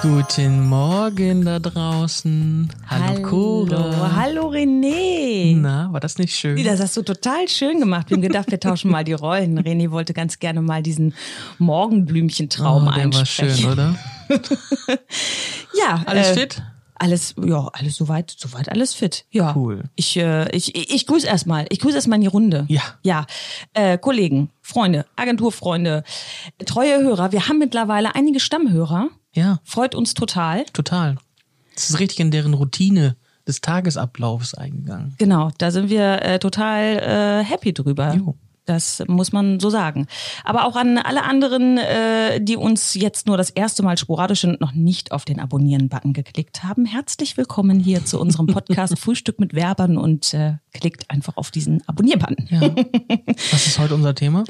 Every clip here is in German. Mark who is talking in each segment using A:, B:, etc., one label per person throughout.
A: Guten Morgen da draußen. Hallo, Cora. Hm.
B: Hallo René.
A: Na, war das nicht schön?
B: Nee, Das hast du total schön gemacht. Wir haben gedacht, wir tauschen mal die Rollen. René wollte ganz gerne mal diesen Morgenblümchentraum
A: oh, der war
B: einsprechen.
A: schön, oder?
B: Ja,
A: Alles
B: äh,
A: fit?
B: Alles, ja, alles soweit, soweit alles fit. Ja.
A: Cool.
B: Ich, äh, ich, ich, ich grüße erstmal. Ich grüße erstmal in die Runde.
A: Ja.
B: Ja. Äh, Kollegen, Freunde, Agenturfreunde, treue Hörer. Wir haben mittlerweile einige Stammhörer.
A: Ja,
B: Freut uns total.
A: total. Es ist richtig in deren Routine des Tagesablaufs eingegangen.
B: Genau, da sind wir äh, total äh, happy drüber.
A: Jo.
B: Das muss man so sagen. Aber auch an alle anderen, äh, die uns jetzt nur das erste Mal sporadisch und noch nicht auf den Abonnieren-Button geklickt haben, herzlich willkommen hier zu unserem Podcast Frühstück mit Werbern und äh, klickt einfach auf diesen Abonnier-Button.
A: Ja. Was ist heute unser Thema?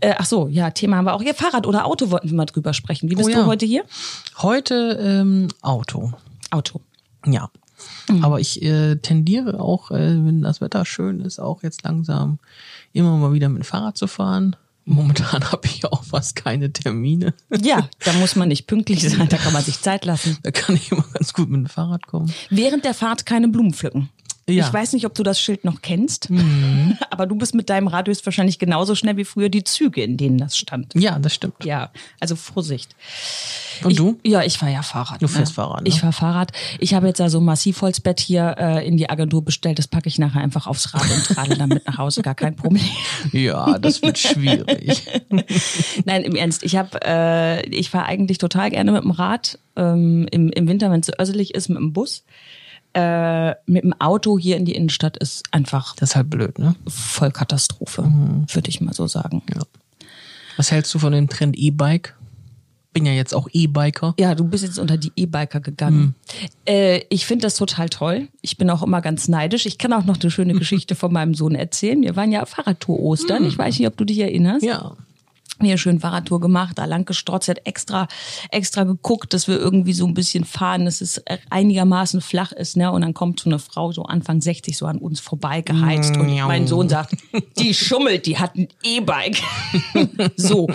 B: Äh, ach so, ja, Thema haben wir auch hier. Fahrrad oder Auto wollten wir mal drüber sprechen. Wie bist
A: Oh ja.
B: du heute hier?
A: Heute ähm, Auto.
B: Auto.
A: Ja.
B: Mhm.
A: Aber ich äh, tendiere auch, äh, wenn das Wetter schön ist, auch jetzt langsam immer mal wieder mit dem Fahrrad zu fahren. Momentan habe ich auch fast keine Termine.
B: Ja, da muss man nicht pünktlich sein, da kann man sich Zeit lassen.
A: Da kann ich immer ganz gut mit dem Fahrrad kommen.
B: Während der Fahrt keine Blumen pflücken.
A: Ja. Mhm.
B: Ich weiß nicht, ob du das Schild noch kennst, aber du bist mit deinem Rad höchstwahrscheinlich genauso schnell wie früher die Züge, in denen das stand.
A: Ja, das stimmt.
B: Ja, also Vorsicht.
A: Und du?
B: Ich, ja, ich fahr ja Fahrrad.
A: Du fährst Fahrrad, ne?
B: Ich fahr Fahrrad. Ich habe jetzt also ein Massivholzbett hier äh, in die Agentur bestellt. Das packe ich nachher einfach aufs Rad und radel damit nach Hause. Gar kein Problem.
A: Ja, das wird schwierig.
B: Nein, im Ernst. Ich habe, äh, ich fahre eigentlich total gerne mit dem Rad. Ähm, im, Im Winter, wenn es so öselig ist, mit dem Bus. Äh, mit dem Auto hier in die Innenstadt ist einfach
A: Das ist halt blöd, ne?
B: voll Katastrophe, würde ich mal so sagen.
A: Ja. Was hältst du von dem Trend E-Bike? Bin ja jetzt auch E-Biker.
B: Ja, du bist jetzt unter die E-Biker gegangen. Äh, ich finde das total toll. Ich bin auch immer ganz neidisch. Ich kann auch noch eine schöne Geschichte von meinem Sohn erzählen. Wir waren ja auf Fahrradtour Ostern. Ich weiß nicht, ob du dich erinnerst.
A: Ja.
B: Mir schön Fahrradtour gemacht, da lang gestrotzt, hat extra, extra geguckt, dass wir irgendwie so ein bisschen fahren, dass es einigermaßen flach ist, ne? Und dann kommt so eine Frau, so Anfang 60, so an uns vorbei geheizt. Und
A: Miau.
B: mein Sohn sagt, die schummelt, die hat ein E-Bike. so.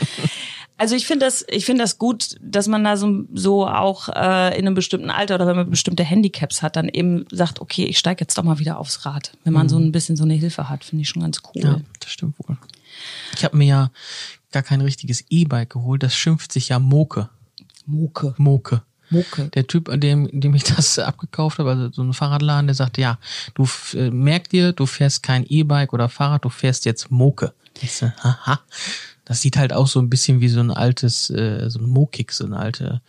B: Also ich finde das, ich finde das gut, dass man da so, so auch äh, in einem bestimmten Alter oder wenn man bestimmte Handicaps hat, dann eben sagt, okay, ich steige jetzt doch mal wieder aufs Rad. Wenn man so ein bisschen so eine Hilfe hat, finde ich schon ganz cool.
A: Mhm. Ja, das stimmt wohl. Ich habe mir ja gar kein richtiges E-Bike geholt. Das schimpft sich ja Moke.
B: Moke.
A: Moke.
B: Moke.
A: Der Typ, an dem, dem ich das abgekauft habe, also so ein Fahrradladen, der sagte, ja, du f- äh, merk dir, du fährst kein E-Bike oder Fahrrad, du fährst jetzt Moke. Ich so, haha. Das sieht halt auch so ein bisschen wie so ein altes, äh, so ein Mokik, so ein alte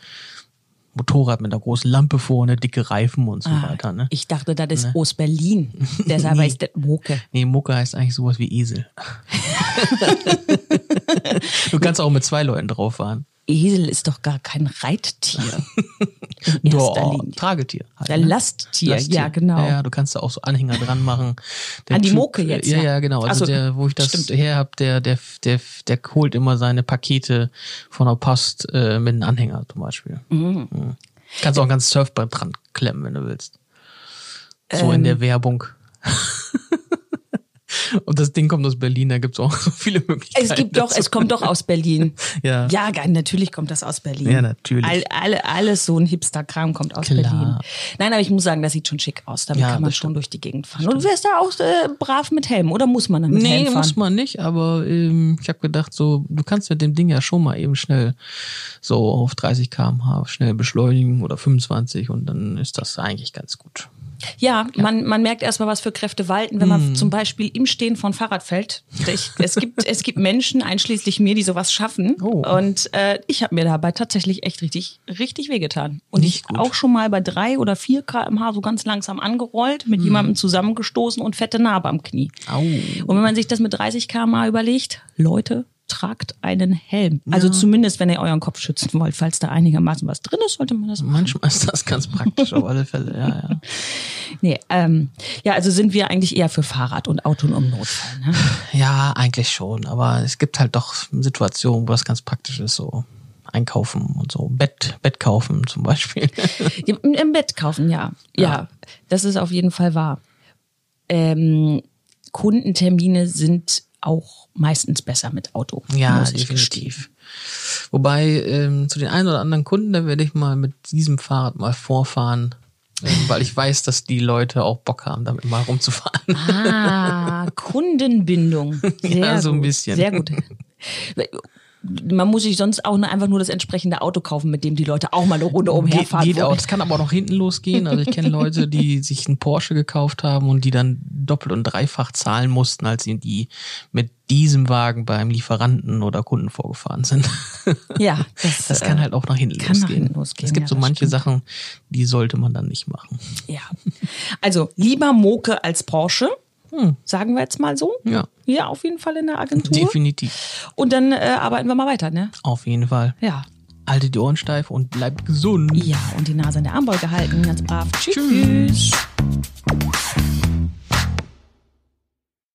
A: Motorrad mit einer großen Lampe vorne, dicke Reifen und so weiter. Ne?
B: Ah, Ich dachte, das ist Ostberlin. Deshalb heißt das Moke.
A: Nee, Moke heißt eigentlich sowas wie Esel. du kannst auch mit zwei Leuten drauf fahren.
B: Esel ist doch gar kein Reittier. In erster Linie.
A: Tragetier. Halt,
B: Ja,
A: ne?
B: Lasttier,
A: Lasttier.
B: ja, genau.
A: Ja, ja, du kannst da auch so Anhänger dran machen. Der
B: An die Moke jetzt,
A: Ja,
B: ja.
A: ja, genau. Also
B: Ach so,
A: der, wo ich das
B: stimmt.
A: her hab, der, der, der, der holt immer seine Pakete von der Post äh, mit einem Anhänger zum Beispiel. Mhm. Kannst auch ein ganzes Surfbrett dran klemmen, wenn du willst. So in
B: Ähm.
A: der Werbung. Und das Ding kommt aus Berlin, da gibt's auch so viele Möglichkeiten.
B: Es gibt doch, es kommt doch aus Berlin.
A: Ja.
B: ja, ge- natürlich kommt das aus Berlin.
A: Ja, natürlich.
B: All, alle, alles so ein Hipster-Kram kommt aus
A: Klar.
B: Berlin. Nein, aber ich muss sagen, das sieht schon schick aus. Damit
A: Ja,
B: kann man
A: das
B: schon durch die Gegend fahren. Und du wärst da auch äh, brav mit Helm, oder muss man dann mit
A: Nee,
B: Helm fahren?
A: muss man nicht, aber ähm, ich habe gedacht, so, du kannst mit dem Ding ja schon mal eben schnell so auf 30 km/h schnell beschleunigen oder 25 und dann ist das eigentlich ganz gut.
B: Ja, Man, man merkt erstmal, was für Kräfte walten, wenn
A: Mhm.
B: man zum Beispiel im Stehen von Fahrrad fällt. Ich, es, gibt, es gibt Menschen, einschließlich mir, die sowas schaffen.
A: Oh.
B: Und äh, ich habe mir dabei tatsächlich echt richtig, richtig wehgetan. Und
A: Nicht
B: ich
A: gut.
B: auch schon mal bei drei oder vier kmh so ganz langsam angerollt,
A: Mhm.
B: mit jemandem zusammengestoßen und fette Narbe am Knie.
A: Au.
B: Und wenn man sich das mit 30 km überlegt, Leute, tragt einen Helm. Also zumindest, wenn ihr euren Kopf schützen wollt, falls da einigermaßen was drin ist, sollte man das
A: Manchmal ist das ganz praktisch auf alle Fälle, ja, ja.
B: Nee, ähm, ja, also sind wir eigentlich eher für Fahrrad und Auto nur im Notfall. Ne?
A: Ja, eigentlich schon, aber es gibt halt doch Situationen, wo das ganz praktisch ist, so einkaufen und so, Bett, Bett kaufen zum Beispiel.
B: Ja, Im, Im Bett kaufen, ja. ja. das ist auf jeden Fall wahr. Ähm, Kundentermine sind auch meistens besser mit Auto.
A: Ja,
B: muss ich
A: definitiv. Wobei ähm, zu den einen oder anderen Kunden, da werde ich mal mit diesem Fahrrad mal vorfahren, ähm, weil ich weiß, dass die Leute auch Bock haben, damit mal rumzufahren.
B: Ah, Kundenbindung. Sehr
A: Ja, so ein
B: gut.
A: bisschen.
B: Sehr gut. Man muss sich sonst auch nur- einfach nur das entsprechende Auto kaufen, mit dem die Leute auch mal eine Runde
A: Geht,
B: umherfahren.
A: geht
B: wollen.
A: auch. Das kann aber auch noch hinten losgehen. Also ich kenne Leute, die sich einen Porsche gekauft haben und die dann doppelt und dreifach zahlen mussten, als sie die mit diesem Wagen beim Lieferanten oder Kunden vorgefahren sind.
B: Ja, das,
A: Das kann
B: äh,
A: halt auch nach hinten
B: kann nach
A: losgehen.
B: hinten losgehen,
A: es gibt
B: ja,
A: so
B: das
A: manche
B: stimmt.
A: Sachen, die sollte man dann nicht machen.
B: Ja. Also lieber Moke als Porsche. Hm, Sagen wir jetzt mal so.
A: Ja.
B: Hier auf jeden Fall in der Agentur.
A: Definitiv.
B: Und dann äh, arbeiten wir mal weiter, ne?
A: Auf jeden Fall.
B: Ja.
A: Haltet die Ohren steif und bleibt gesund.
B: Ja, und die Nase in der Armbeuge halten, ganz brav. Tschüss.
A: Tschüss.
B: Tschüss.